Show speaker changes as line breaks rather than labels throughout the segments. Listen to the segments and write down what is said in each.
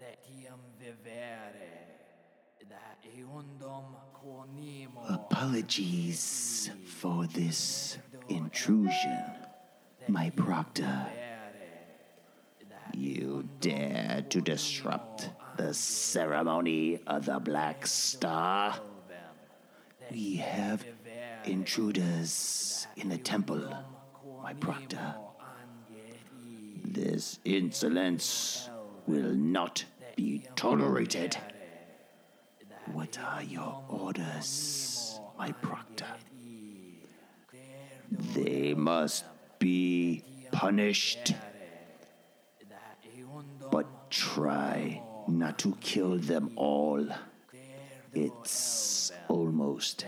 that iam vivere, that eundum quonimo.
Apologies for this intrusion, my proctor. You dare to disrupt the ceremony of the Black Star? We have intruders in the temple, my proctor. This insolence will not be tolerated. What are your orders, my proctor? They must be punished, but try not to kill them all. It's almost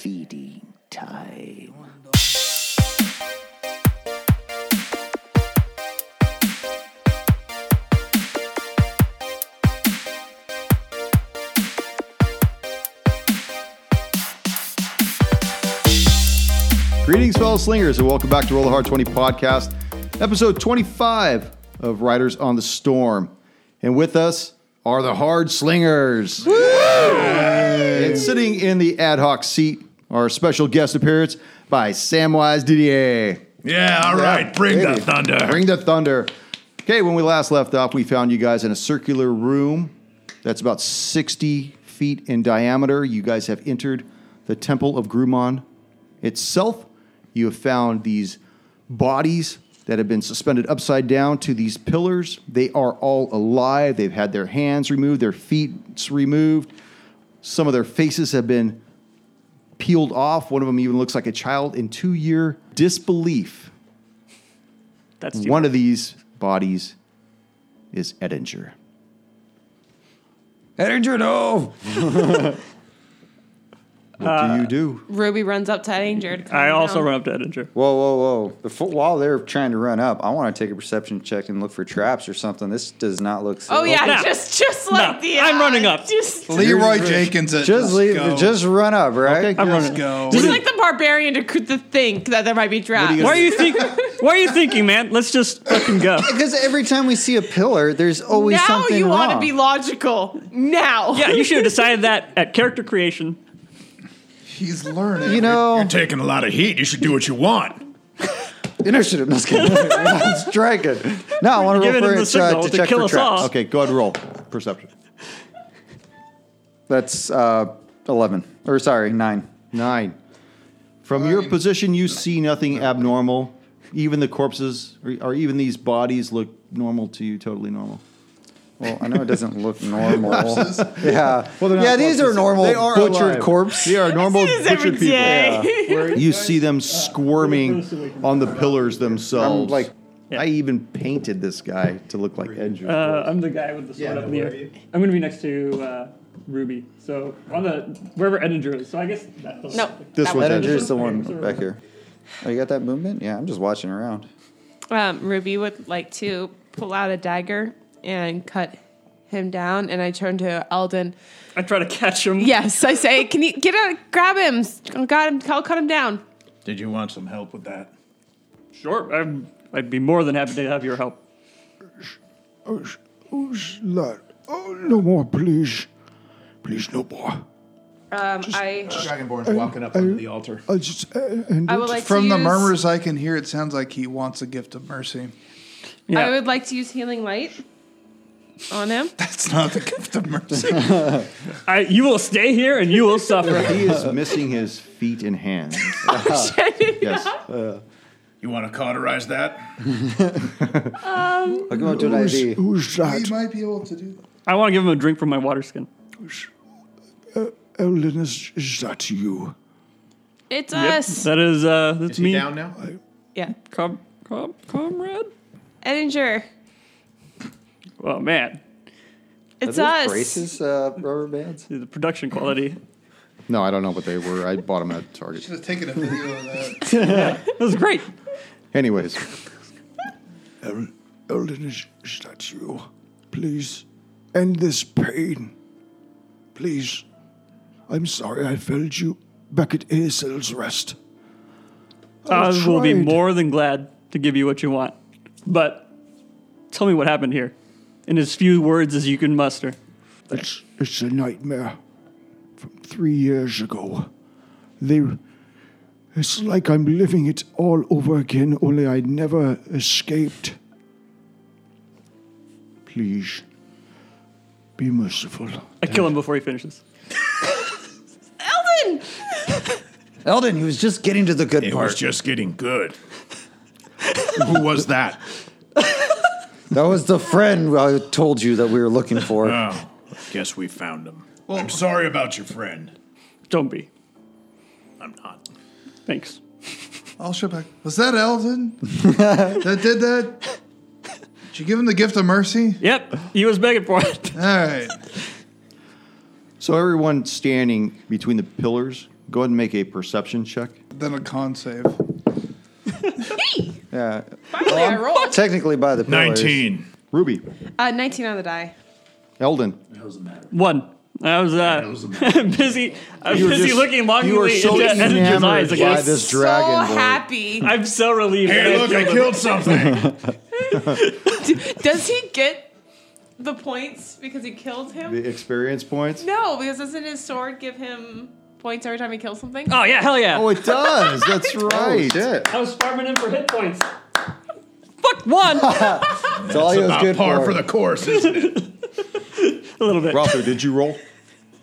feeding time.
Greetings, fellow slingers, and welcome back to Roll the Hard 20 podcast, episode 25 of Riders on the Storm. And with us are the Hard Slingers. And sitting in the ad hoc seat, our special guest appearance by Samwise Didier.
Yeah, all right. Bring the
Baby.
thunder.
Bring the thunder. Okay, when we last left off, we found you guys in a circular room that's about 60 feet in diameter. You guys have entered the Temple of Grumon itself. You have found these bodies that have been suspended upside down to these pillars. They are all alive. They've had their hands removed, their feet removed. Some of their faces have been peeled off. One of them even looks like a child in two year disbelief
That's
one of these bodies is Edinger.
Edinger, no.
What do you do?
Ruby runs up to Edinger. to
I
calm
also
down.
run up to Edinger.
Whoa, whoa, whoa. Before, while they're trying to run up, I want to take a perception check and look for traps or something. This does not look so.
Oh yeah,
Nah.
just just like the.
I'm running up.
Just,
Leroy Jenkins. At,
Just leave.
Go.
Just run up, right?
I'm
Let's
running.
go.
just like the barbarian to, cr- to think that there might be traps.
Why are you think? Why are you thinking, man? Let's just fucking go.
Because every time we see a pillar, there's always
now
something
you
wrong.
want to be logical. Now.
Yeah, you should have decided that at character creation.
He's learning.
You know-
you're taking a lot of heat. You should do what you want.
Initiative. No, just kidding. I'm striking. No, I want to
Giving
roll
him
for
the
it uh,
signal
to
to,
check
kill
for
us
traps.
all.
Okay, go ahead and roll. Perception.
That's uh, eleven. Or sorry, nine.
Nine. From your position, you see nothing abnormal. Even the corpses, or, or even these bodies, look normal to you, totally normal.
Well, I know it doesn't look normal. yeah. yeah, these are normal
They are
butchered
alive.
corpses.
They are normal
This is every
butchered people.
day.
You see them squirming on the pillars themselves.
I'm like-
I even painted this guy to look like Edinger.
Uh, I'm the guy with the sword up in the air. I'm gonna be next to uh, Ruby. So on the wherever Edinger is. So I guess that doesn't.
No.
This
that
one's
wasn't-
Edinger's the one back here. Oh, you got that movement? Yeah, I'm just watching around.
Um, Ruby would like to pull out a dagger and cut him down. And I turn to Eldon.
I try to catch him.
Yes, I say, can you get out? Grab him. I Got him. I'll cut him down.
Did you want some help with that?
Sure. I'm, I'd be more than happy to have your help.
Lord, oh, no more, please. Please, no more.
Um, I
Dragonborn's walking up under the altar.
I just, uh, and
I would like
Oh, From
to
the
use-
murmurs I can hear, it sounds like he wants a gift of mercy.
Yeah.
I would like to use healing light on him.
That's not the gift of mercy.
I, you will stay here and you will suffer.
he is missing his feet and hands. Uh-huh. yes.
You want to cauterize that?
I'll go up to an IV.
who's
he
that?
might be able to do that.
I want to give him a drink from my water skin.
Eldon, is, is that you?
It's
Yep,
us.
That is. Uh, that's
Is
me.
he down now?
yeah.
Com- com- comrade.
Edinger.
Well, Oh, man,
Are
It's
those
us.
Braces, uh, rubber bands.
the production quality.
No, I don't know what they were. I bought them at Target.
Should have taken a video of that.
That was great.
Anyways,
El- Eldon, is, is that you? Please end this pain. Please. I'm sorry I failed you back at Aesil's Rest.
I
was
will be
tried.
more than glad to give you what you want. But tell me what happened here. in as few words as you can muster.
It's, it's a nightmare from three years ago. They, it's like I'm living it all over again, only I never escaped. Please, be merciful.
I kill him before he finishes.
Elden!
Eldon, he was just getting to the good
It
part.
was just getting good. Who was that?
that was the friend I told you that we were looking for.
Oh, guess we found him. I'm sorry about your friend.
Don't be.
I'm not.
Thanks.
I'll ship back. Was that Elden that did that? Did you give him the gift of mercy?
Yep, he was begging for it.
All right.
So everyone standing between the pillars, go ahead and make a perception check.
Then a con save.
Yeah.
Finally,
Um,
I rolled.
Technically by the pillars.
19.
Ruby,
Uh, 19 on the die.
Eldon,
One. I was uh, busy. I was
You were
busy
just-
looking
you were
longingly
so
into Edinger's eyes. I
enamored by
guess.
this
so
dragon boy.
happy.
I'm so relieved. that
Hey, look, I
him.
killed something.
Does he get the points because he killed him?
the experience points.
No, because doesn't his sword give him points every time he kills something?
Oh yeah, hell yeah.
Oh, it does. That's right.
Shit.
I was farming him for hit points. Fuck one. A
That's all he was
Not
good
par
for.
for the course, isn't it?
little bit.
Rother, did you roll?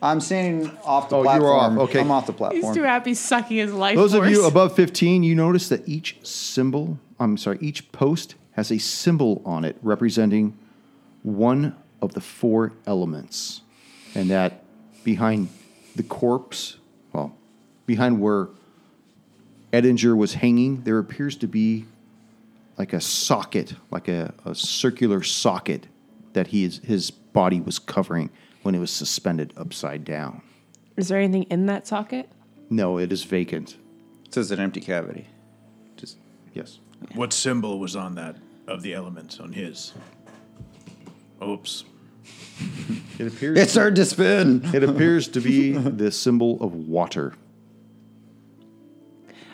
I'm standing off the
Oh, you
platform.
were off. Okay.
I'm off the
He's
platform.
too happy sucking his life
Those
force.
of you above 15, you notice that each symbol, I'm sorry, each post has a symbol on it representing one of the four elements. And that behind the corpse, well, behind where Edinger was hanging, there appears to be like a socket, like a, a circular socket that he is, his body was covering when it was suspended upside down.
Is there anything in that socket?
No, it is vacant.
This is an empty cavity. Just
Yes.
What symbol was on that of the elements on his? Oops.
It appears
It started to spin.
It appears to be the symbol of water.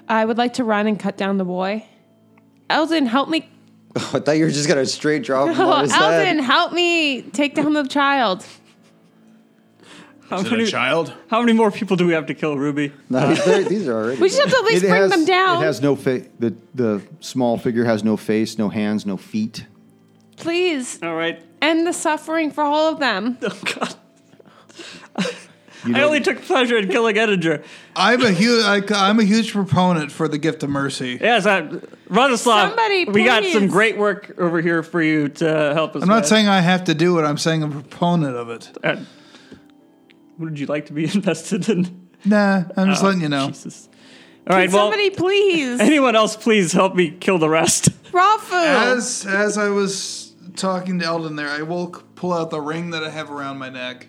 I would like to run and cut down the boy. Elden, help me.
I thought you were just gonna straight drop him on
Oh,
his
Elden,
head.
help me take down the child.
How
Is it a
many,
child?
how many more people do we have to kill, Ruby?
No, these are- these are already.
We just have to at least
it
bring
has,
them down.
It has no face. The, the small figure has no face, no hands, no feet.
Please
All right.
end the suffering for all of them.
Oh god.
You
I
know-
only took pleasure in killing Edinger.
I'm a huge I'm a huge proponent for the gift of mercy.
Yes, I, Radoslav.
Somebody,
we got some
please.
great work over here for you to help us.
I'm not
with.
saying I have to do it. I'm saying I'm a proponent of it.
Uh, would you like to be invested in?
Nah, I'm
Oh,
just letting you know.
Jesus. All right. Well,
Somebody, please.
anyone else, please help me kill the rest.
Raw food.
As as I was talking to Eldon there, I will c- pull out the ring that I have around my neck.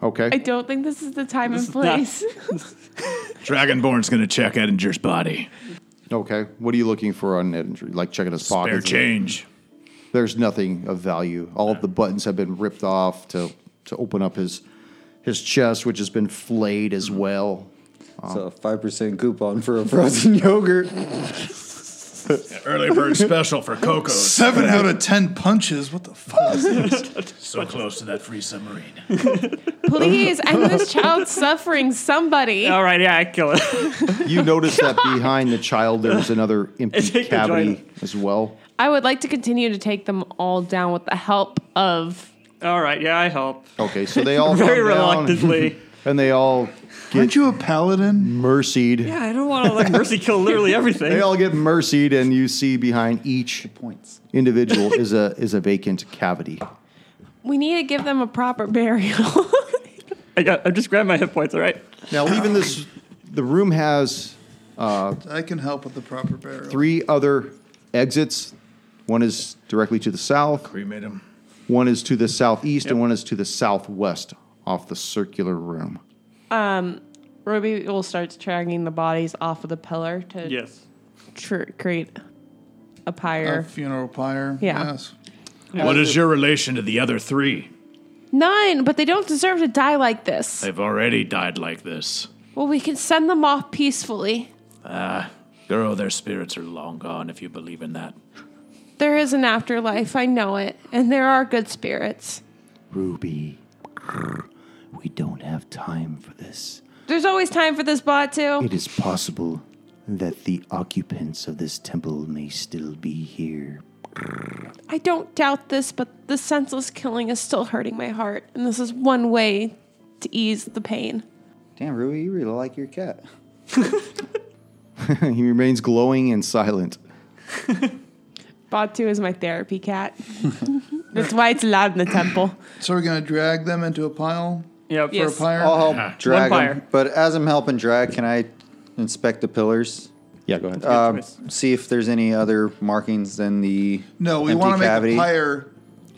Okay.
I don't think this is the time and
is not-
place.
Dragonborn's gonna check Edinger's body.
okay. What are you looking for on Edinger? Like checking his
Spare
pockets.
change.
There's nothing of value. All of the buttons have been ripped off to to open up his his chest, which has been flayed as well.
It's a five percent coupon for a frozen yogurt.
Early bird special for Coco.
Seven out of ten punches. What the fuck?
So close to that free submarine.
Please end this child's suffering. Somebody.
All right. Yeah, I kill it.
You notice that behind the child there's another empty
think I joined
cavity as well.
I would like to continue to take them all down with the help of.
All right. Yeah, I help.
Okay, so they all
Very
come down
reluctantly.
and they all
Aren't you a paladin?
mercied.
yeah, I don't want to like mercy kill literally
They
everything.
all get mercied, and you see behind each
Points.
individual is a is a vacant cavity.
We need to give them a proper burial.
I, got, I just grabbed my hit points. All right.
Now, leaving this, the room has
Mm.
I can help with the proper burial.
three other exits. One is directly to the south,
Cremate him.
one is to the southeast, and one is to the southwest off the circular room.
Ruby will start dragging the bodies off of the pillar to
Yes.
tr- create a
A
pyre.
funeral pyre.
Yeah.
Yes.
What is your relation to the other three?
None, but they don't deserve to die like this.
They've already died like this.
Well, we can send them off peacefully.
Girl, their spirits are long gone if you believe in that.
There is an afterlife, I know it, and there are good spirits.
Ruby, we don't have time for this.
There's always time for this bot too.
It is possible that the occupants of this temple may still be here.
I don't doubt this, but the senseless killing is still hurting my heart, and this is one way to ease the pain.
Damn, Ruby, you really like your cat.
he remains glowing and silent.
Batu is my therapy cat. That's why it's loud in the temple.
So we're gonna drag them into a pile
Yep.
for
Yes.
a pyre.
Oh,
I'll help drag
One
him.
fire.
But as I'm helping drag, can I inspect the pillars?
Yeah, go ahead.
Um,
choice.
see if there's any other markings than the
no, we
empty
want to make
cavity.
a pyre.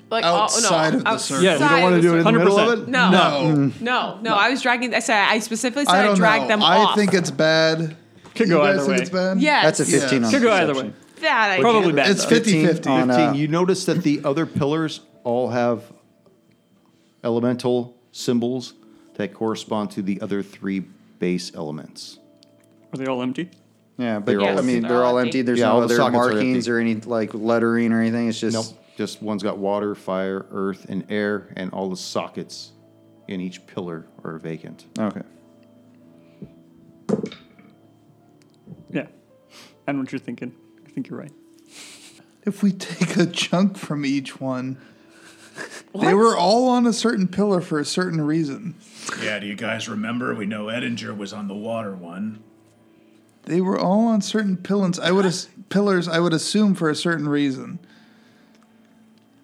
Like
Outside of the circle. Yeah,
you don't
want to
do it in the middle of
100%.
it?
No, no,
No,
no, I was dragging. I said I specifically said
I
I,
don't
dragged
know.
them
I
off.
think it's bad.
Could
you
go
guys
either
think
way.
it's bad.
yes,
That's a 15 on
Could go either way.
perception.
That I
Probably
did.
bad.
It's
though.
50
on,
50.
uh,
15. You notice that the other pillars all have elemental symbols that correspond to the other three base elements.
Are they all empty?
Yeah, but
all
I mean,
empty.
they're all empty. There's
Yeah, all
no
the
other
sockets are
markings
empty.
or any like lettering or anything. It's just
Nope. Just one's got water, fire, earth, and air, and all the sockets in each pillar are vacant.
okay.
Yeah. I know what you're thinking. I think you're right.
If we take a chunk from each one, they were all on a certain pillar for a certain reason.
Yeah, do you guys remember? We know Edinger was on the water one.
They were all on certain pillars. I would as- pillars. I would assume for a certain reason.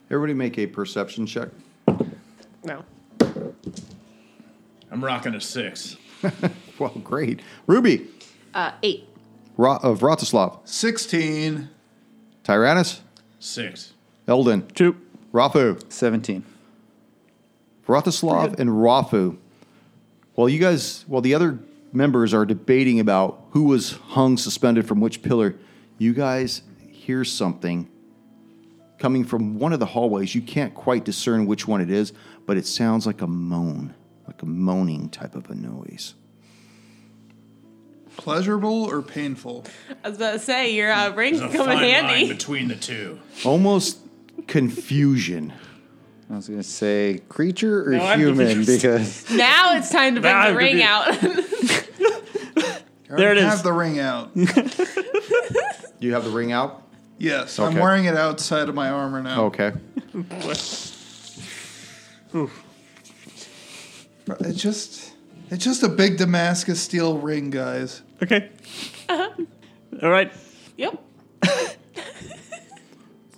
Everybody make a perception check.
No.
I'm rocking a six.
Well, great. Ruby,
Uh, eight.
Ra- of Vratislav,
Sixteen.
Tyrannus,
Six.
Eldon,
Two.
Rafu.
17.
Vratislav and Rafu. While you guys, while the other members are debating about who was hung suspended from which pillar, you guys hear something coming from one of the hallways. You can't quite discern which one it is, but it sounds like a moan, like a moaning type of a noise.
Pleasurable or painful?
I was about to say your uh, ring
A
can come in
fine line
handy.
between the two.
Almost confusion.
I was going to say creature or
No, I'm
human
confused.
because
Now it's time to bring
Now
the
I'm
ring out.
There it
Have
is.
the ring out.
You have the ring out?
Yes, I'm
Okay.
wearing it outside of my armor
Oh,
now.
Okay. Oh.
It's just, it's just a big Damascus steel ring, guys.
Okay. Uh-huh. All right.
yep.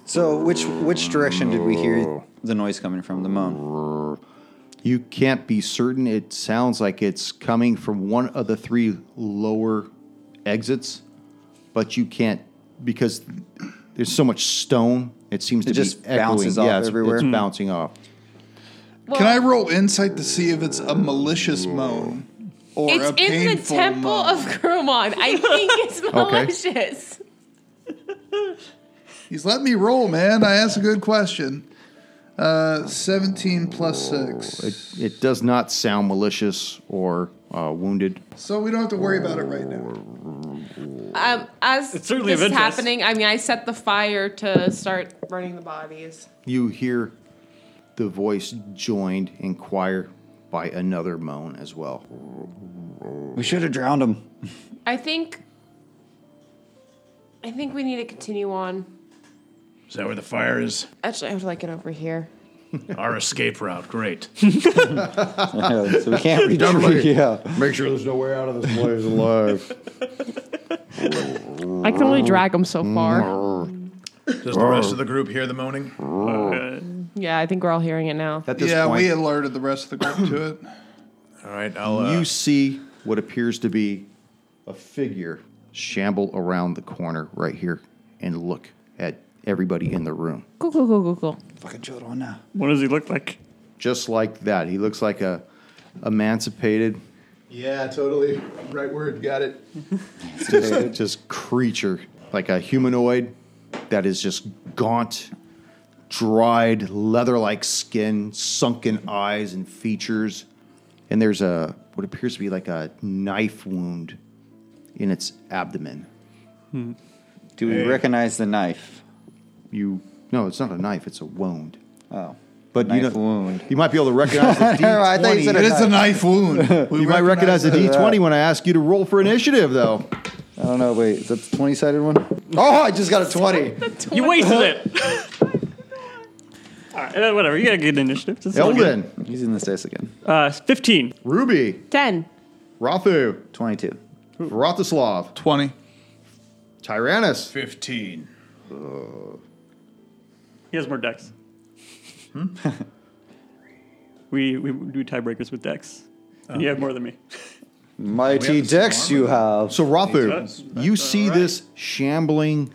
so which which direction did we hear the noise coming from? The moan.
You can't be certain. It sounds like it's coming from one of the three lower exits, but you can't because there's so much stone. It seems to
just
be echoing.
bounces off
yeah, it's,
everywhere. Hmm.
it's bouncing off.
Can I roll insight to see if it's a malicious moan or
It's
a
in the
painful
temple
moan?
of Grumon. I think it's malicious.
He's letting me roll, man. I asked a good question. Uh, 17 plus 6.
It, it does not sound malicious or uh, wounded.
so we don't have to worry about it right now.
Um, as
It's certainly
this
of
is
interest.
happening, I mean, I set the fire to start burning the bodies.
You hear the voice joined in choir by another moan as well.
We should have drowned him.
I think. I think we need to continue on.
Is that where the fire is?
Actually, I would like it over here.
Our escape route. Great.
Yeah, so we can't reach him. Yeah.
Make sure there's no way out of this place alive.
I can only drag them so far.
Does the rest of the group hear the moaning?
Uh,
Yeah, I think we're all hearing it now.
At this
Yeah,
point,
we alerted the rest of the group to it.
All right, I'll. Uh,
you see what appears to be a figure shamble around the corner right here and look at everybody in the room.
Cool, cool, cool, cool, cool.
Fucking Jorona.
what does he look like?
Just like that. He looks like a emancipated
Yeah, totally. Right word. Got it.
just, just creature, like a humanoid that is just gaunt, dried, leather like skin, sunken eyes and features. And there's a what appears to be like a knife wound in its abdomen.
Do we recognize the knife?
you no, it's not a knife. It's a wound.
Oh.
But you
Knife
know,
wound.
You might be able to recognize the D20.
I thought you said
It is a knife wound.
you might recognize the D20 when I ask you to roll for initiative, though.
I don't know. Wait, is that the 20 sided one? Oh, I just got a 20.
You
wasted it. All right, uh, whatever. You got a good initiative. It's all good.
Elden,
Using this dice again.
Uh, fifteen.
Ruby,
Ten.
Rathu,
22.
Vratislav,
20.
Tyrannus,
15.
He has more decks.
Hmm?
we we do tiebreakers with decks. And you have more than me.
Oh.
Mighty
the
decks you have.
So Rathu, you see this shambling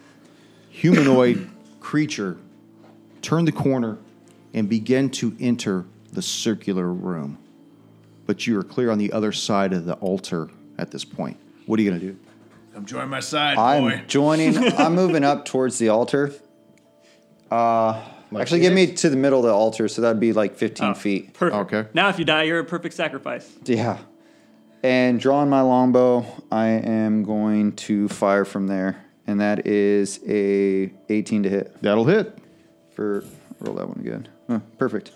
humanoid creature turn the corner and begin to enter the circular room. But you are clear on the other side of the altar at this point. What are you going to do?
Come join my side, boy.
I'm joining. I'm moving up towards the altar. Uh, actually, get me to the middle of the altar, so that'd be like 15
Oh.
feet.
Uh, Perfect.
Okay.
Now, if you die, you're a perfect sacrifice.
Yeah. And drawing my longbow, I am going to fire from there, and that is a 18 to hit
That'll hit.
for roll that one again. Huh, perfect.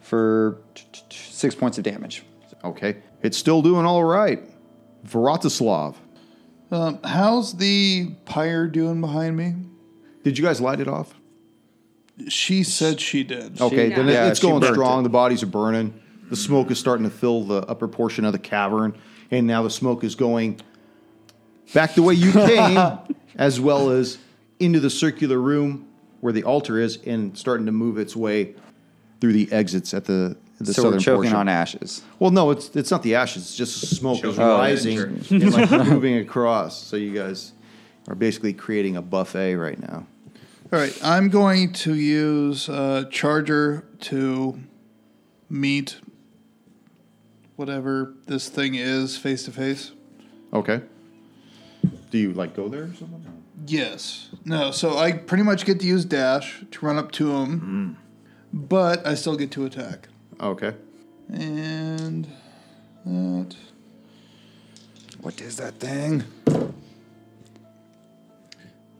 For t- t- t- six points of damage.
Okay. It's still doing all right. Vratislav,
Um, how's the pyre doing behind me?
did you guys light it off?
She said she did.
Okay, then it-
Yeah,
it's
she
going
burnt
strong. The bodies are burning. The smoke is starting to fill the upper portion of the cavern, and now the smoke is going back the way you came, as well as into the circular room where the altar is, and starting to move its way through the exits at the the
so
southern
we're choking
portion.
on ashes.
Well, no, it's it's not the ashes. It's just smoke is
Choking on
Oh,
rising
ashes.
and like moving across. So you guys are basically creating a buffet right now.
All right, I'm going to use uh, charger to meet whatever this thing is face to face.
Okay. Do you like go there or something?
Yes. No. So I pretty much get to use dash to run up to
Hmm.
him, but I still get to attack.
Okay.
And that
What is that thing?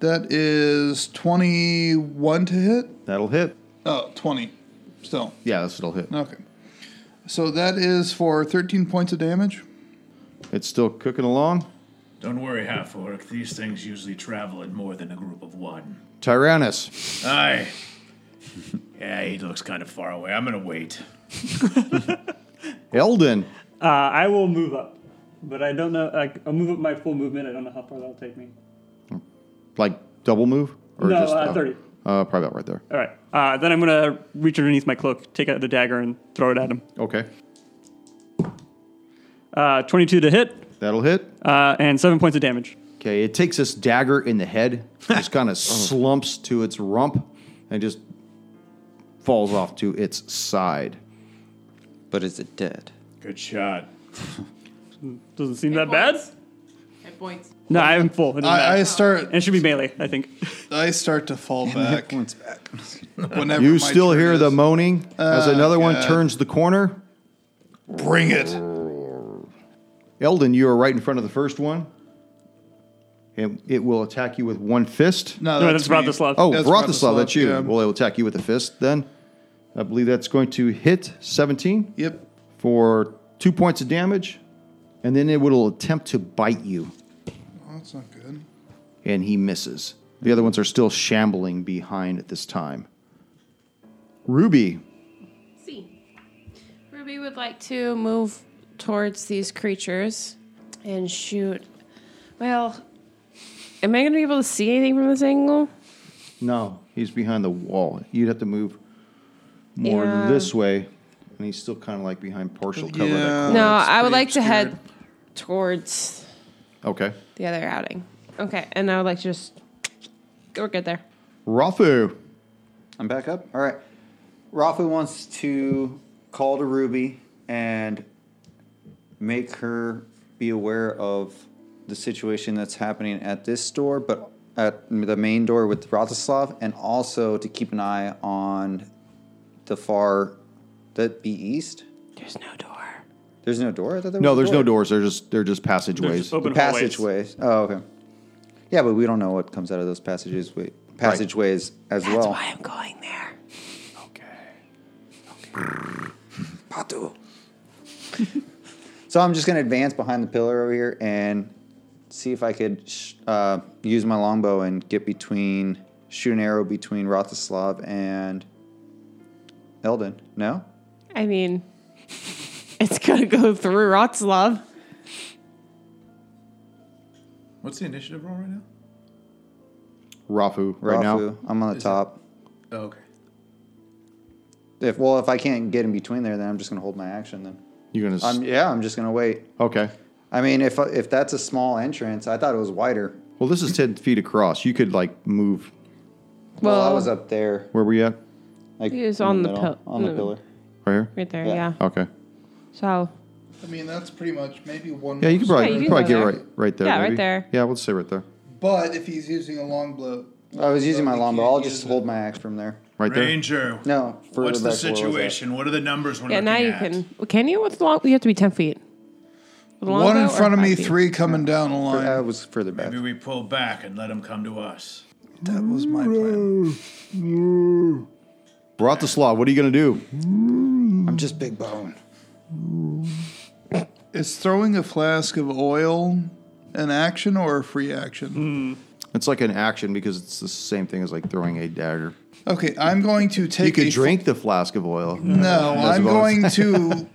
that is 21 to hit.
That'll hit.
Oh, 20. Still.
Yeah, that's what'll hit.
Okay. So that is for 13 points of damage.
It's still cooking along.
Don't worry, half orc. These things usually travel in more than a group of one.
Tyrannus.
Aye. Yeah, he looks kind of far away. I'm gonna wait.
Eldon.
Uh, I will move up, but I don't know. Like, I'll move up my full movement. I don't know how far that'll take me.
Like double move? Or
no, uh,
oh,
thirty.
Uh, probably about right there.
All right. Uh, then I'm gonna reach underneath my cloak, take out the dagger, and throw it at him.
Okay.
Uh, 22 to hit,
That'll hit.
uh, and seven points of damage.
Okay, it takes this dagger in the head, just kind of slumps to its rump, and just falls off to its side.
But is it dead?
Good shot.
Doesn't seem that bad.
Hit points.
No, I'm full. It doesn't
I, I
matter.
start.
And it should be melee, I think.
I start to fall back.
Points back.
Whenever
You
my
still
turn
hear
is.
the
Ah,
moaning as another one
God.
turns the corner.
Bring it.
Eldon, you are right in front of the first one. And it will attack you with one fist.
No,
No, that's
me.
Vratislav.
Oh,
That's
Vratislav, that's you.
yeah.
Well, it'll attack you with a fist then. I believe that's going to hit 17
Yep.
for two points of damage. And then it will attempt to bite you,
Oh, that's not good.
and he misses. The other ones are still shambling behind at this time. Ruby,
C. Ruby would like to move towards these creatures and shoot. Well, am I going to be able to see anything from this angle?
no, he's behind the wall. You'd have to move more
Yeah.
this way, and he's still kind of like behind partial cover. of that
Yeah.
No,
Uh, it's
I would
pretty
like to head
obscured.
towards
cor- Okay.
the other outing. Okay, and I would like to just. We're good there.
Rafu,
I'm back up. All right. Rafa wants to call to Ruby and make her be aware of the situation that's happening at this door, but at the main door with Vratislav, and also to keep an eye on the far that be east.
There's no door.
There's no door. I thought there
no,
was a
there's
door.
no doors. They're just they're just passageways.
Open hallways.
passageways. Oh, okay. Yeah, but we don't know what comes out of those passages. Wait, passageways as well.
I'm going there.
So I'm just gonna advance behind the pillar over here and see if I could sh- uh, use my longbow and get between, shoot an arrow between Rotislav and Eldon. No,
I mean, it's gonna go through Rotslav.
What's the initiative roll right now?
Rafu right now.
Rafu, I'm on the
Is it-
top.
Oh, okay.
If well, if I can't get in between there, then I'm just gonna hold my action. Then
You're gonna.
I'm,
s
yeah, I'm just gonna wait.
okay.
I mean, if if that's a small entrance, I thought it was wider.
Well, this is ten feet across. You could like move.
Well, I
Well-
was up there.
Where we at?
Like
He was
in
on the
middle,
pil-
on the
no.
pillar.
Right here.
Right there,
Yeah.
yeah.
Okay.
So
I mean, that's pretty much maybe one.
Yeah, you could
more
probably
you can
probably
go
get
there.
right right there.
Yeah, right
maybe.
there.
Yeah, let's say right there.
circle. But if he's using a long blow,
I was using my
we
longbow.
can't
I'll
use
just
it.
hold my axe from there.
Right there.
Ranger.
No, further
What's the
back, where was I?
situation? What are the numbers we're
yeah,
looking
now you
at?
can. Can you with long? You have to be ten feet. With
one
longbow
in
or
front of
five
me,
feet?
three coming down the line.
I was further back.
Maybe we pull back and let them come to us.
that was my plan.
Bratislava, what are you gonna do?
I'm just big bone.
Is throwing a flask of oil an action or a free action?
It's like an action because it's the same thing as like throwing a dagger.
Okay, I'm going to take
You
a
could
f-
drink the flask of oil.
No,
That's
I'm
about-
going to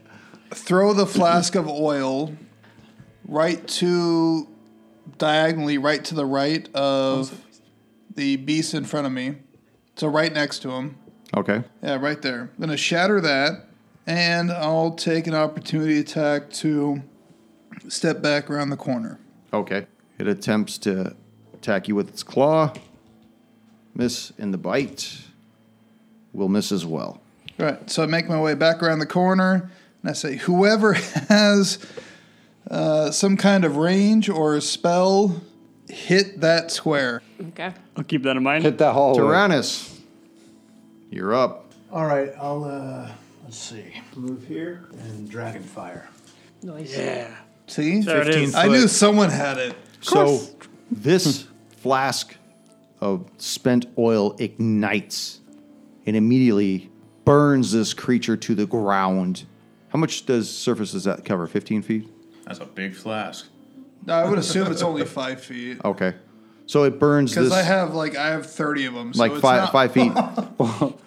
throw the flask of oil right to diagonally right to the right of the beast in front of me. So right next to him.
Okay.
Yeah, right there. I'm gonna shatter that, and I'll take an opportunity attack to step back around the corner.
Okay. It attempts to attack you with its claw. Miss in the bite. Will miss as well.
Right. So I make my way back around the corner, and I say, whoever has uh, some kind of range or spell, hit that square.
Okay.
I'll keep that in mind.
Hit that hallway.
Tyrannus, you're up.
All right, I'll uh, let's see. Move here and dragon fire.
Nice.
Yeah.
See,
There it is.
I knew someone had it.
So
Hmm.
this flask of spent oil ignites and immediately burns this creature to the ground. How much does surface does that cover? 15 feet?
That's a big flask.
No, I would assume it's only five feet
Okay. So it burns
because
Oh, this
I have like I have thirty of them. So
like
it's
five
not-
five feet.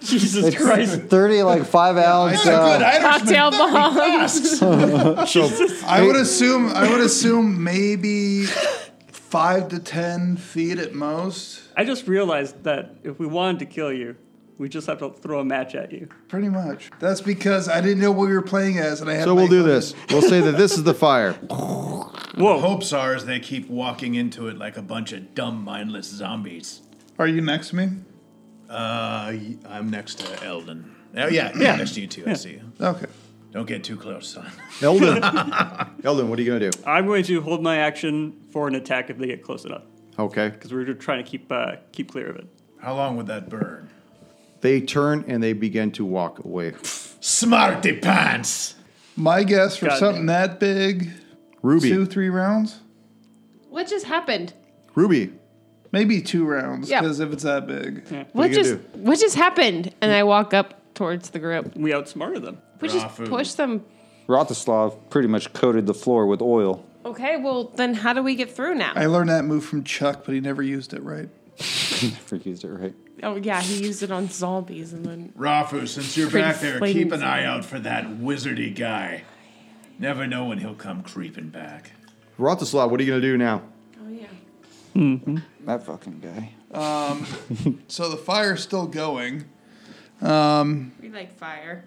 Jesus Christ.
Thirty like five ounce.
It's a good
Uh,
Irishman.
Cocktail bomb.
I would assume. I would assume maybe five to ten feet at most.
I just realized that if we wanted to kill you, we just have to throw a match at you.
Pretty much. That's because I didn't know what we were playing as, and I had.
So
my-
we'll do this. We'll say that this is the fire. Oh.
Whoa.
Hopes are is they keep walking into it like a bunch of dumb, mindless zombies.
Are you next to me?
Uh, y- I'm next to Eldon. Oh yeah, yeah, next to you too. I see you.
Okay.
Don't get too close, son.
Eldon. Eldon, what are you gonna do?
I'm going to hold my action for an attack if they get close enough,
Okay.
because we're just trying to keep uh, keep clear of it.
How long would that burn?
They turn and they begin to walk away.
Smarty pants.
My guess for
God
something that big,
Ruby.
two, three rounds,
What just happened?
Ruby.
maybe two rounds,
Yeah.
because if it's that big,
What,
are you gonna
just what just happened? And I walk up towards the group.
We outsmarted them.
We just
Rafu.
push them.
Rotislav pretty much coated the floor with oil.
Okay. Well, then how do we get through now?
I learned that move from Chuck, but he never used it right.
Never used it right.
oh yeah, he used it on zombies, and then
Rafu, since you're
Pretty
back there,
flaming
keep an eye out for that wizardy guy. Never know when he'll come creeping back.
Rotislav, what are you gonna do now?
oh yeah.
That fucking guy.
So the fire's still going.
We like fire.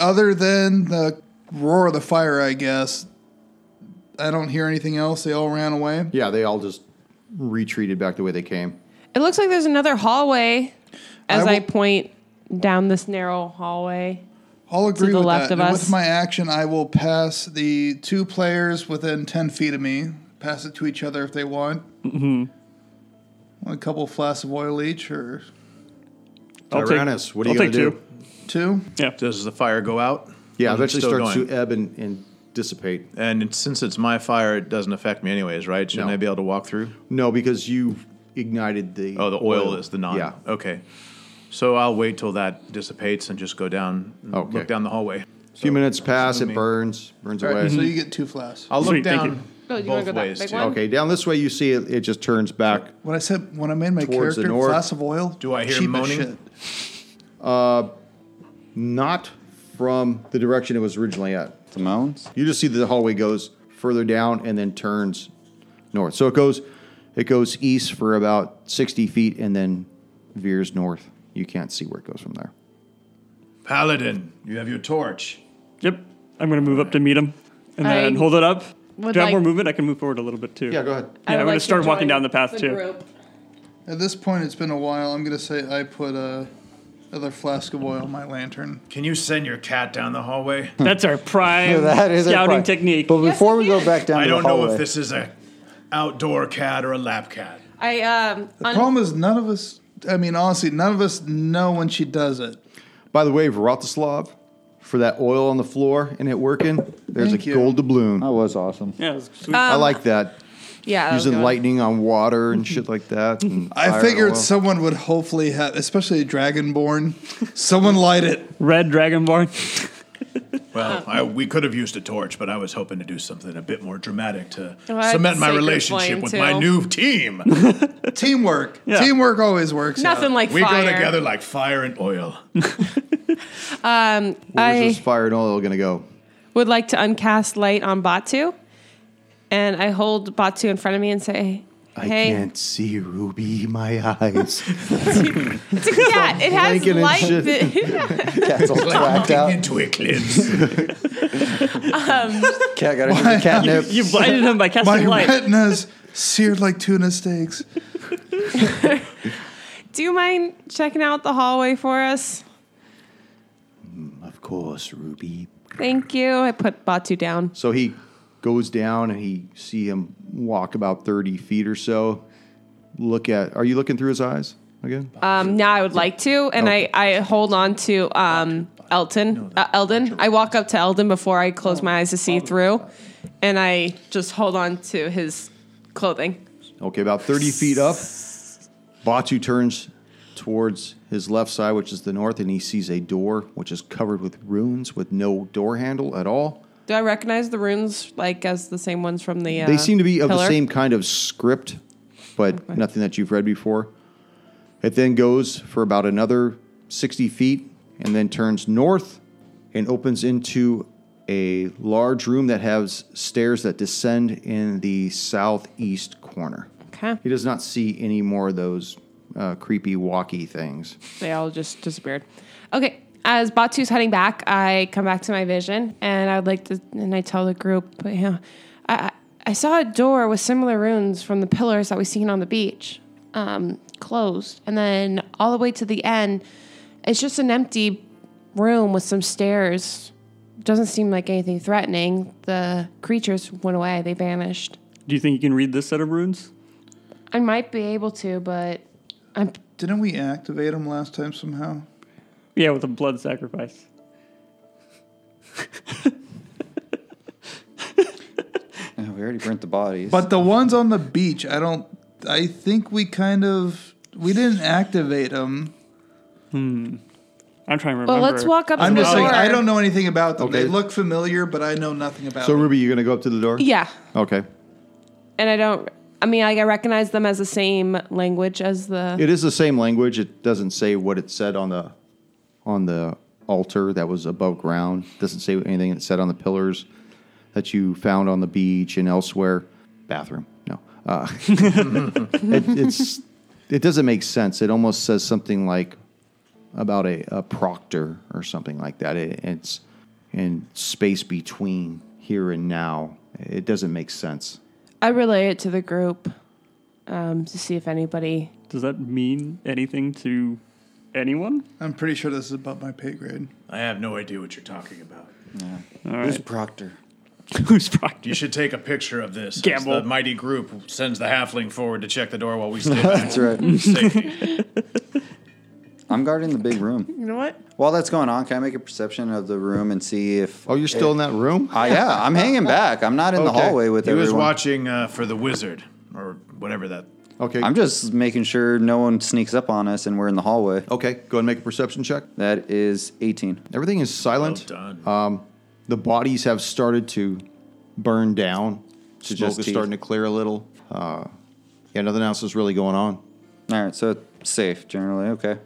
Other than the roar of the fire, I guess. I don't hear anything else. They all ran away.
Yeah, they all just retreated back the way they came.
It looks like there's another hallway as
I
I,
will-
point down this narrow hallway.
I'll agree
the
with
left of
that. And
us.
With my action, I will pass the two players within ten feet of me. Pass it to each other if they want. Mm-hmm. A couple flasks of oil each, or
I'll take-
Tyrannus, what are you
I'll
gonna
take
do?
two.
two.
Does the fire go out?
Yeah,
Or is it
eventually
still
starts
going?
to ebb and, and dissipate.
And it's, since it's my fire, it doesn't affect me anyways, right? Shouldn't
No.
I be able to walk through?
No, because you ignited the.
Oh, the oil, is the non. oh,
Yeah.
Okay. So I'll wait till that dissipates and just go down, and
Okay.
look down the hallway.
A few minutes pass, it burns, burns
All right,
away.
so
you get two flasks.
I'll look
Sweet, thank
down
Oh, you wanna
both
go that
ways.
big
too.
one?
Okay, down this way you see it, it just turns back.
When I said when I made my
Towards the
character
north.
flask of oil,
Do I hear
cheap as
moaning?
shit.
Uh, not from the direction it was originally at.
The mounds?
You just see that the hallway goes further down and then turns north. So it goes, it goes east for about sixty feet and then veers north. You can't see where it goes from there.
Paladin, you have your torch.
Yep. I'm going to move up to meet him and then
I
hold it up. Do I
would
have more
like-
movement? I can move forward a little bit too.
Yeah, go ahead.
I
Yeah, I'm
would
going
like
to start walking
join
down the path
the
too.
group.
At this point, it's been a while. I'm gonna say I put uh, another flask of oil in my lantern.
Can you send your cat down the hallway?
That's our prime
that is our
scouting
prime.
technique.
But before we go back down
I
to the
don't know
hallway,
if this is a outdoor cat or a lap cat.
I um.
The problem is none of us. I mean, honestly, none of us know when she does it.
By the way, Vratislav, for that oil on the floor and it working, there's
Thank
a
you.
gold doubloon.
that was awesome.
yeah, it's sweet.
I like that.
Yeah. that was
Using
Oh, good.
lightning on water and shit like that. and fire
I
and
figured
oil.
someone would hopefully have, especially a dragonborn, someone light it.
Red Dragonborn.
Well,
Uh-huh.
I, we could have used a torch, but I was hoping to do something a bit more dramatic to
Well, I'd
cement my
say good
relationship
flame,
with
too.
my new team.
Teamwork.
Yeah.
Teamwork always works.
Nothing
out.
like
we
fire.
go together like fire and oil.
Um,
Where's this
I
fire and oil going to go?
would like to uncast light on Batu, and I hold Batu in front of me and say,
I
"Hey,
can't see Ruby, my eyes.
it's a cat. It has
Blinking and
light.
shit.
that-
Cat's all
Like
blacked
digging
out.
into eclipse.
Cat got into the catnip.
you blinded him by
My
casting light.
retinas seared like tuna steaks.
Do you mind checking out the hallway for us?
of course, Ruby.
Thank you." I put Batu down.
So he goes down and he see him walk about 30 feet or so. Look at, are you looking through his eyes again?
Um, now I would like to, and I, I hold on to um, Elton, uh, Eldon. I walk up to Eldon before I close my eyes to see through, and I just hold on to his clothing.
Okay, about 30 feet up, Batu turns towards his left side, which is the north, and he sees a door which is covered with runes with no door handle at all.
Do I recognize the runes like as the same ones from the? Uh,
They seem to be of the
pillar?
same kind of script, but nothing that you've read before. It then goes for about another 60 feet and then turns north and opens into a large room that has stairs that descend in the southeast corner.
Okay,
He does not see any more of those uh, creepy, walkie things.
they all just disappeared. Okay, as Batu's heading back, I come back to my vision, and I would like to, and I tell the group, you know, I. I I saw a door with similar runes from the pillars that we seen on the beach. um, closed. And then all the way to the end, it's just an empty room with some stairs. Doesn't seem like anything threatening. The creatures went away, they vanished.
Do you think you can read this set of runes?
I might be able to, but I'm.
Didn't we activate him last time somehow?
Yeah, with a blood sacrifice.
Yeah, we already burnt the bodies.
But the ones on the beach, I don't. I think we kind of we didn't activate them.
I'm trying to remember.
Well, let's walk up
I'm
to
just
the
saying
door.
I don't know anything about them. They
Okay.
look familiar, but I know nothing about
So,
them.
Ruby, you're going to go up to the door?
Yeah.
Okay.
And I don't. I mean, like, I recognize them as the same language as the.
It is the same language. It doesn't say what it said on the on the altar that was above ground. It doesn't say anything it said on the pillars that you found on the beach and elsewhere. Bathroom. No. Uh, it, it's it doesn't make sense. It almost says something like about a, a proctor or something like that. It, it's in space between here and now. It doesn't make sense.
I relay it to the group um, to see if anybody.
Does that mean anything to anyone?
I'm pretty sure this is above my pay grade.
I have no idea what you're talking about.
All
Who's
right.
Proctor?
Who's Proctor?
You should take a picture of this. as
Gamble.
The mighty group sends the halfling forward to check the door while we stay back.
That's right.
Safety.
I'm guarding the big room.
You know what?
While that's going on, can I make a perception of the room and see if?
Oh, you're still in that room?
Ah, yeah, I'm hanging back. I'm not in the
Okay.
hallway with
He was
everyone.
watching uh, for the wizard or whatever that
Okay.
I'm just making sure no one sneaks up on us and we're in the hallway.
Okay, go and make a perception check.
That is 18.
Everything is silent.
Well done.
Um, the bodies have started to burn down.
Smoke
Smoke is
teeth.
starting to clear a little. Uh, yeah, nothing else is really going on.
All right, so it's safe generally. Okay.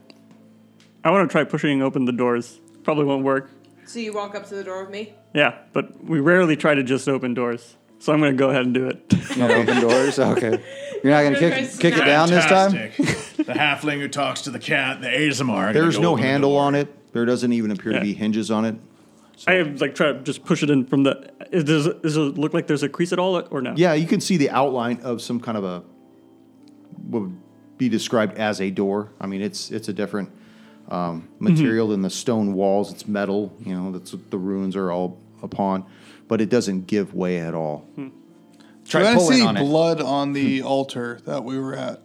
I want to try pushing open the doors. Probably won't work.
So you walk up to the door with me?
Yeah, but we rarely try to just open doors. So I'm going to go ahead and do it.
No open doors. Okay. You're not gonna kick
Everybody's
kick it down this time.
Fantastic. the halfling who talks to the cat, the ASMR.
There's no handle on it. There doesn't even appear to
Yeah.
be hinges on it.
I have like try to just push it in from the. Is, does, does it look like there's a crease at all or no?
Yeah, you can see the outline of some kind of a what would be described as a door. I mean, it's it's a different um, material than the stone walls. It's metal. You know, that's what the ruins are all upon, but it doesn't give way at all.
Do I
pulling
see
on it.
blood on
Hmm.
the altar that we were at?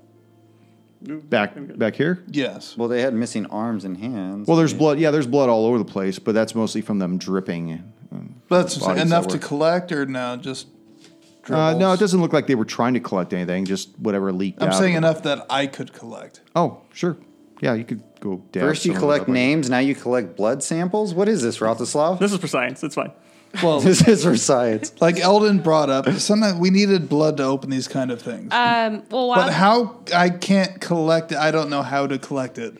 Back back here.
Yes.
Well, they had missing arms and hands.
Well, there's blood. Yeah, there's blood all over the place, but that's mostly from them dripping.
That's what I'm
Bodies
saying. enough
that
to
were-
collect or no? Just
Uh, no,
dribbles?
it doesn't look like they were trying to collect anything. Just whatever leaked
I'm
out.
saying
of them.
enough that I could collect.
Oh, sure. Yeah, you could go down.
First you collect names, now you collect blood samples. What is this, Rotislav?
This is for science. It's fine.
this is for science.
Like Eldon brought up, sometimes we needed blood to open these kind of things.
Um, well, while,
but how I can't collect it, I don't know how to collect it.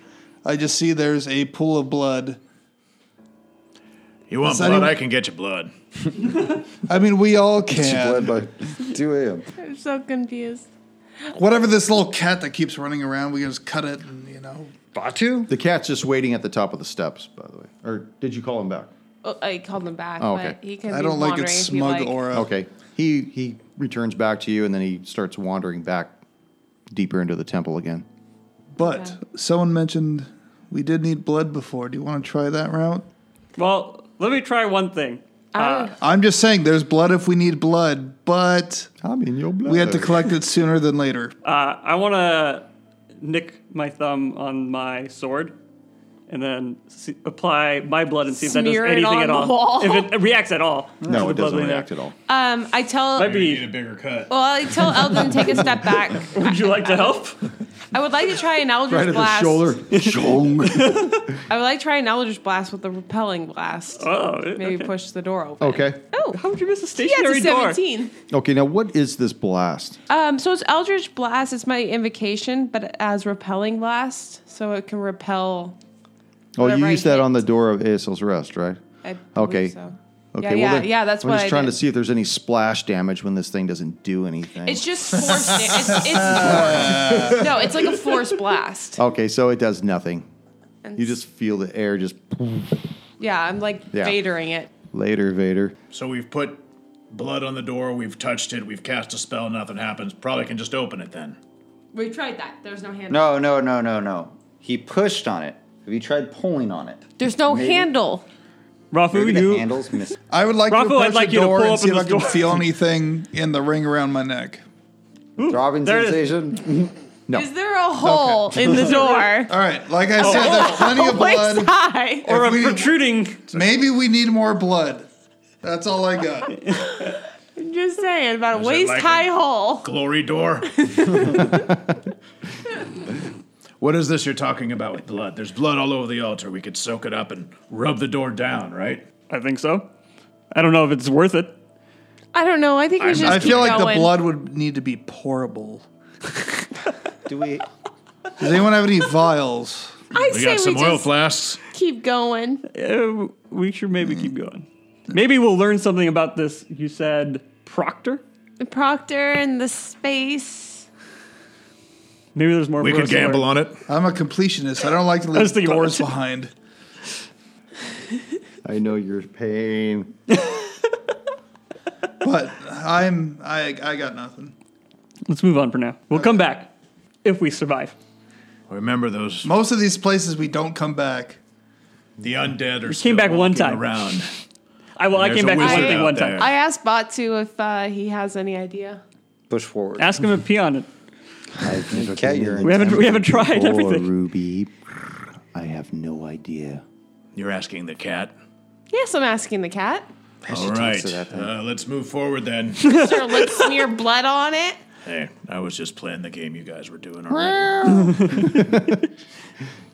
I just see there's a pool of blood.
You want
Does
blood?
anyone-
I can get you blood.
I mean, we all
Blood
can.
by 2 a.m.
I'm so confused.
Whatever this little cat that keeps running around, we can just cut it and, you know.
Batu?
The cat's just waiting at the top of the steps, by the way. Or did you call him back?
Oh, I called him back,
Oh, okay.
but he can
I
be
don't like
wandering
its
if you
smug
like.
aura.
Okay. He he returns back to you, and then he starts wandering back deeper into the temple again.
But someone mentioned we did need blood before. Do you want to try that route?
Well, let me try one thing.
I'm just saying there's blood if we need blood, but
I'm in your blood.
we had to collect it sooner than later.
Uh, I want to nick my thumb on my sword and then see, apply my blood and see if that does
Smear it
anything
on
at
the
all.
wall.
If it reacts at all.
no, it doesn't react at all.
Um, I tell.
Might
You need a
be.
bigger cut.
Well, I tell Eldon take a step back.
Would you like to help?
I would like to try an Eldritch
Right at the
blast.
shoulder.
I would like to try an Eldritch blast with the repelling blast.
Oh,
Maybe
okay.
push the door open.
okay.
Oh,
How would you miss a
yeah,
stationary
it's a
door?
seventeen.
Okay. Now, what is this blast?
Uh,
Um, so it's Eldritch blast. It's my invocation, but as repelling blast, so it can repel.
Oh, you
Whatever I
used that
hit.
on the door of Aesil's Rest, right?
I believe
Okay.
So.
Okay.
Yeah, yeah,
then-
yeah, that's
I'm
what
just
I
trying
did.
to see if there's any splash damage when this thing doesn't do anything.
It's just force. da- it's, it's no, it's like a force blast.
okay, so it does nothing.
And
You just feel the air just
yeah, I'm like
Yeah.
vadering it.
later, Vader.
So we've put blood on the door. We've touched it. We've cast a spell. Nothing happens. Probably can just open it then.
We tried that. There's no handle.
No, no, no, no, no. He pushed on it. Have you tried pulling on it?
There's no
Maybe.
handle.
Rafu, you
Maybe the
do.
handles missing.
I would like
Rafa,
to approach
I'd like
the
you to
door
pull
and
up
see
in
if I
this
can
door.
feel anything in the ring around my neck.
Throbbing
there it is.
sensation.
Is there a hole in the door?
All right, like I said, there's plenty of
Waist
blood.
high.
Oh. Or a
If we-
protruding.
Maybe we need more blood. That's all I got.
I'm just saying about a
Is it
waist
like
high
a-
hole.
Glory door. what is this you're talking about with blood? There's blood all over the altar. We could soak it up and rub the door down, right?
I think so. I don't know if it's worth it.
I don't know. I think we
I'm-
should.
I
I
just
feel
keep
like the
going.
blood would need to be pourable.
Do we?
Does anyone have any vials?
I
We
say
got
we
some oil
just
flasks.
keep going.
Uh, we should maybe keep going. Maybe we'll learn something about this. You said Proctor?
The proctor and the space.
Maybe there's more.
We could gamble on it.
I'm a completionist. I don't like to
was thinking
leave
about
doors
it.
behind.
I know your pain.
But I'm I I got nothing.
Let's move on for now. We'll come back if we survive.
Remember those
Most of these places we don't come back.
the undead are we
came back one time.
around.
I well, I
There's
came
a
back with
wizard
one thing
out
one
there.
time.
I asked Batu if uh, he has any idea.
Push forward.
Ask him to pee on it.
I've never cat urine.
We haven't we haven't tried
Or
everything.
Ruby. I have no idea.
You're asking the cat.
Yes, I'm asking the cat.
All right, uh, let's move forward then.
Sir, let's smear blood on it.
Hey, I was just playing the game you guys were doing already.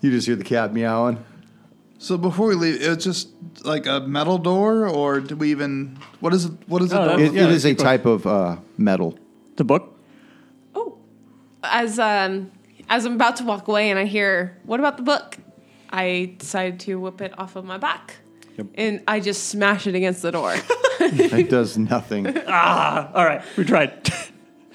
You just hear the cat meowing.
So before we leave, it's just like a metal door, or do we even? What is it? What is
No,
it?
that's-
It,
Yeah,
it is a
keep going.
type of uh, metal.
The book?
Oh, as um, as I'm about to walk away, and I hear, "What about the book?" I decide to whip it off of my back, and I just smash it against the door.
It does nothing. the
Uh, All right, we tried.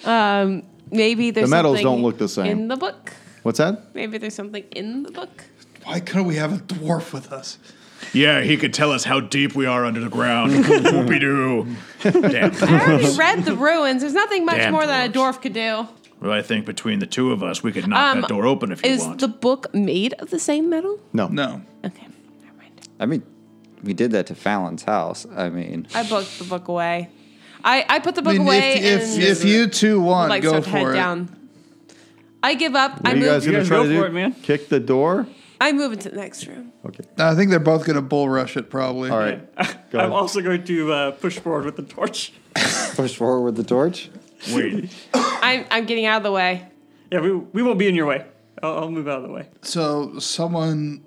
um, maybe there's
metals
something
don't look the same.
in the book.
What's that?
Maybe there's something in the book.
Why couldn't we have a dwarf with us?
yeah, he could tell us how deep we are under the ground. Whoopie doo. Damn.
I already read the ruins. There's nothing much
Damn
more that a
dwarves.
dwarf could do.
Well, I think between the two of us, we could knock
Um,
that door open if you
Is
want.
the book made of the same metal?
No.
No.
Okay, never mind.
I mean, we did that to Fallon's house. I mean,
I booked the book away. I, I put the
I
book
mean,
away
if, if,
and
if you two want,
like
go
start to head
for it.
down. I give up.
What
I
are you
move.
guys
You
going to
guys
try
go
to do?
for it, man.
Kick the door?
I move into the next room.
Okay.
I think they're both gonna bull rush it probably.
All right. Go
I'm
ahead.
also going to uh, push forward with the torch.
push forward with the torch.
Wait,
I'm I'm getting out of the way.
Yeah, we, we won't be in your way. I'll, I'll move out of the way.
So someone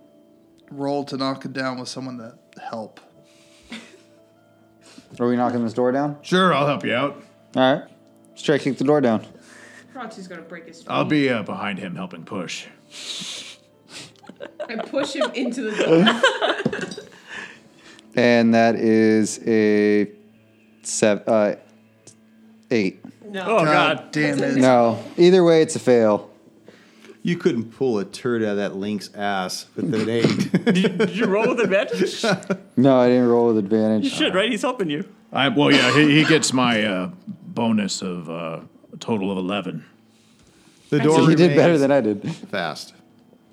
rolled to knock it down with someone to help.
Are we knocking this door down?
sure, I'll help you out.
All right. Let's try to kick the door down.
Frontier's gonna break his.
I'll be uh, behind him helping push.
I push him into the door.
And that is a seven, uh, eight.
Oh, God.
damn it.
No, either way, it's a fail.
You couldn't pull a turd out of that link's ass with an eight.
Did you roll with advantage?
No, I didn't roll with
You
advantage.
should, right? He's helping you.
I, well, yeah, he, he gets my uh, bonus of uh, a total of 11.
The door
So he did
remains
better than I did.
fast.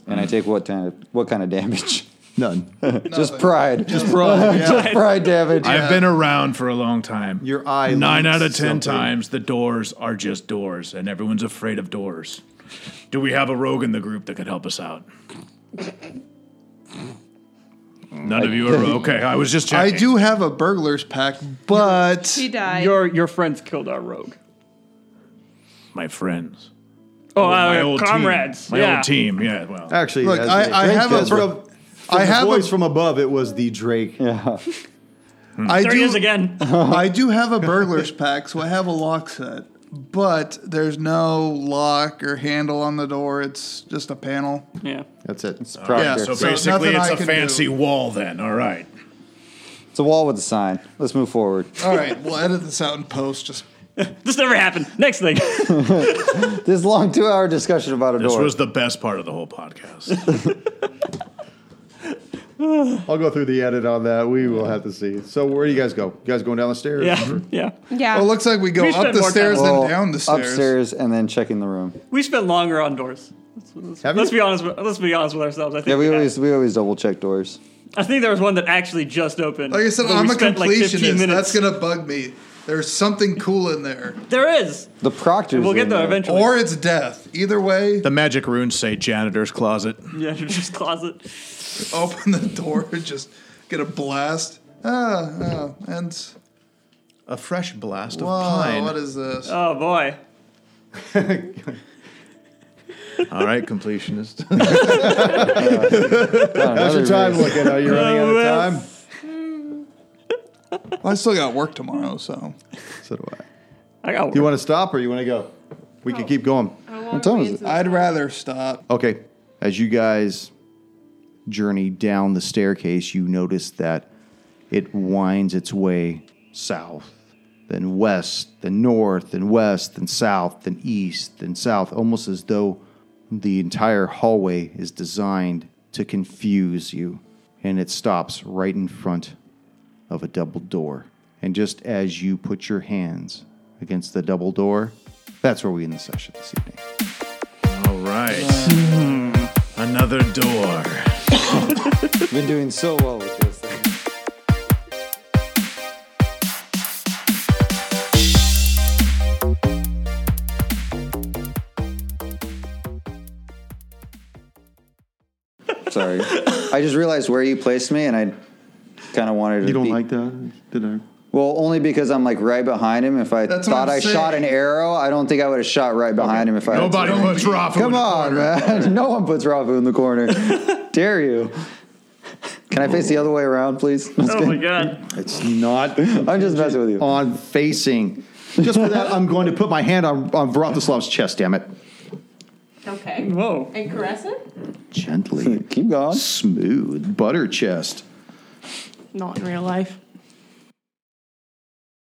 And I take what kind of what kind of damage?
None.
Just pride. Just
Yeah.
pride damage.
I've been around for a long time.
Your eye.
Nine
leaks
out of ten
something.
times, the doors are just doors, and everyone's afraid of doors. Do we have a rogue in the group that could help us out? None of you are okay. I was just
I
checking.
do have a burglar's pack, but
He died.
Your your friends killed our rogue.
My friends,
Oh,
my
uh,
old team.
comrades.
my
yeah.
old team. Yeah, well,
Actually,
Look,
as
I-
it-
I have a
as
bro-
from- from
I
the
have a-
voice from above. It was the Drake.
I
There
do
he is again.
I do have a burglar's pack, so I have a lock set. But there's no lock or handle on the door. It's just a panel.
yeah.
That's it.
yeah.
Proctor.
So
So
basically,
nothing
it's
I
a
can
fancy wall. Then, all right.
It's a wall with a sign. Let's move forward.
All right, we'll edit this out in post. Just
This never happened. Next thing.
This long two-hour discussion about a
This
door.
was the best part of the whole podcast.
I'll go through the edit on that. We will have to see. So where do you guys go? You guys going down the stairs?
yeah. Yeah.
yeah.
well, it looks like we go
We
up
spent
the
more
stairs
time-
than
Well,
down the stairs.
Upstairs and then checking the room.
We spent longer on doors. Let's,
Have
let's
you?
be honest. with- Let's be honest with ourselves. I think.
Yeah, we
had-
always we always double check doors.
I think there was one that actually just opened.
Like I said,
but we
I'm a
spent, like, 15
completionist.
minutes.
That's gonna bug me. There's something cool in there,
There is.
The proctors.
We'll get
in
there eventually.
or it's death. Either way,
the magic runes say janitor's closet.
yeah, just closet.
open the door and just get a blast. Ah, ah and
A fresh blast of
wow, what is this?
Oh boy.
all right, completionist.
Oh,
How's your
another
time
raise.
looking? Are you running out
well.
of time?
Well, I still got work tomorrow, so
So do I.
I got.
Do you want to stop or you want to go? We can keep going.
How long
time
are we
is it?
into this?
I'd rather stop.
Okay. As you guys journey down the staircase, you notice that it winds its way south, then west, then north, then west, then south, then east, then south, almost as though the entire hallway is designed to confuse you. And it stops right in front of a double door. And just as you put your hands against the double door, that's where we end the session this evening.
all right, another door.
Been doing so well with this. Thing. Sorry, I just realized where you placed me, and I kind of wanted to.
You don't
be-
like that? Did I?
Well, only because I'm like right behind him. If I
That's what
thought
I'm
I shot an
saying.
arrow, I don't think I would have shot right behind him if I.
Nobody
had
puts Rafu in
Come
the
on, man. no one puts Rafu in the corner. Dare you? Can I face the other way around, please?
Oh my god.
It's not
I'm just messing with you.
on facing. Just for that, I'm going to put my hand on, on Vratislav's chest, damn it.
Okay.
Whoa.
And caress it?
Gently.
Keep going.
Smooth butter chest.
Not in real life.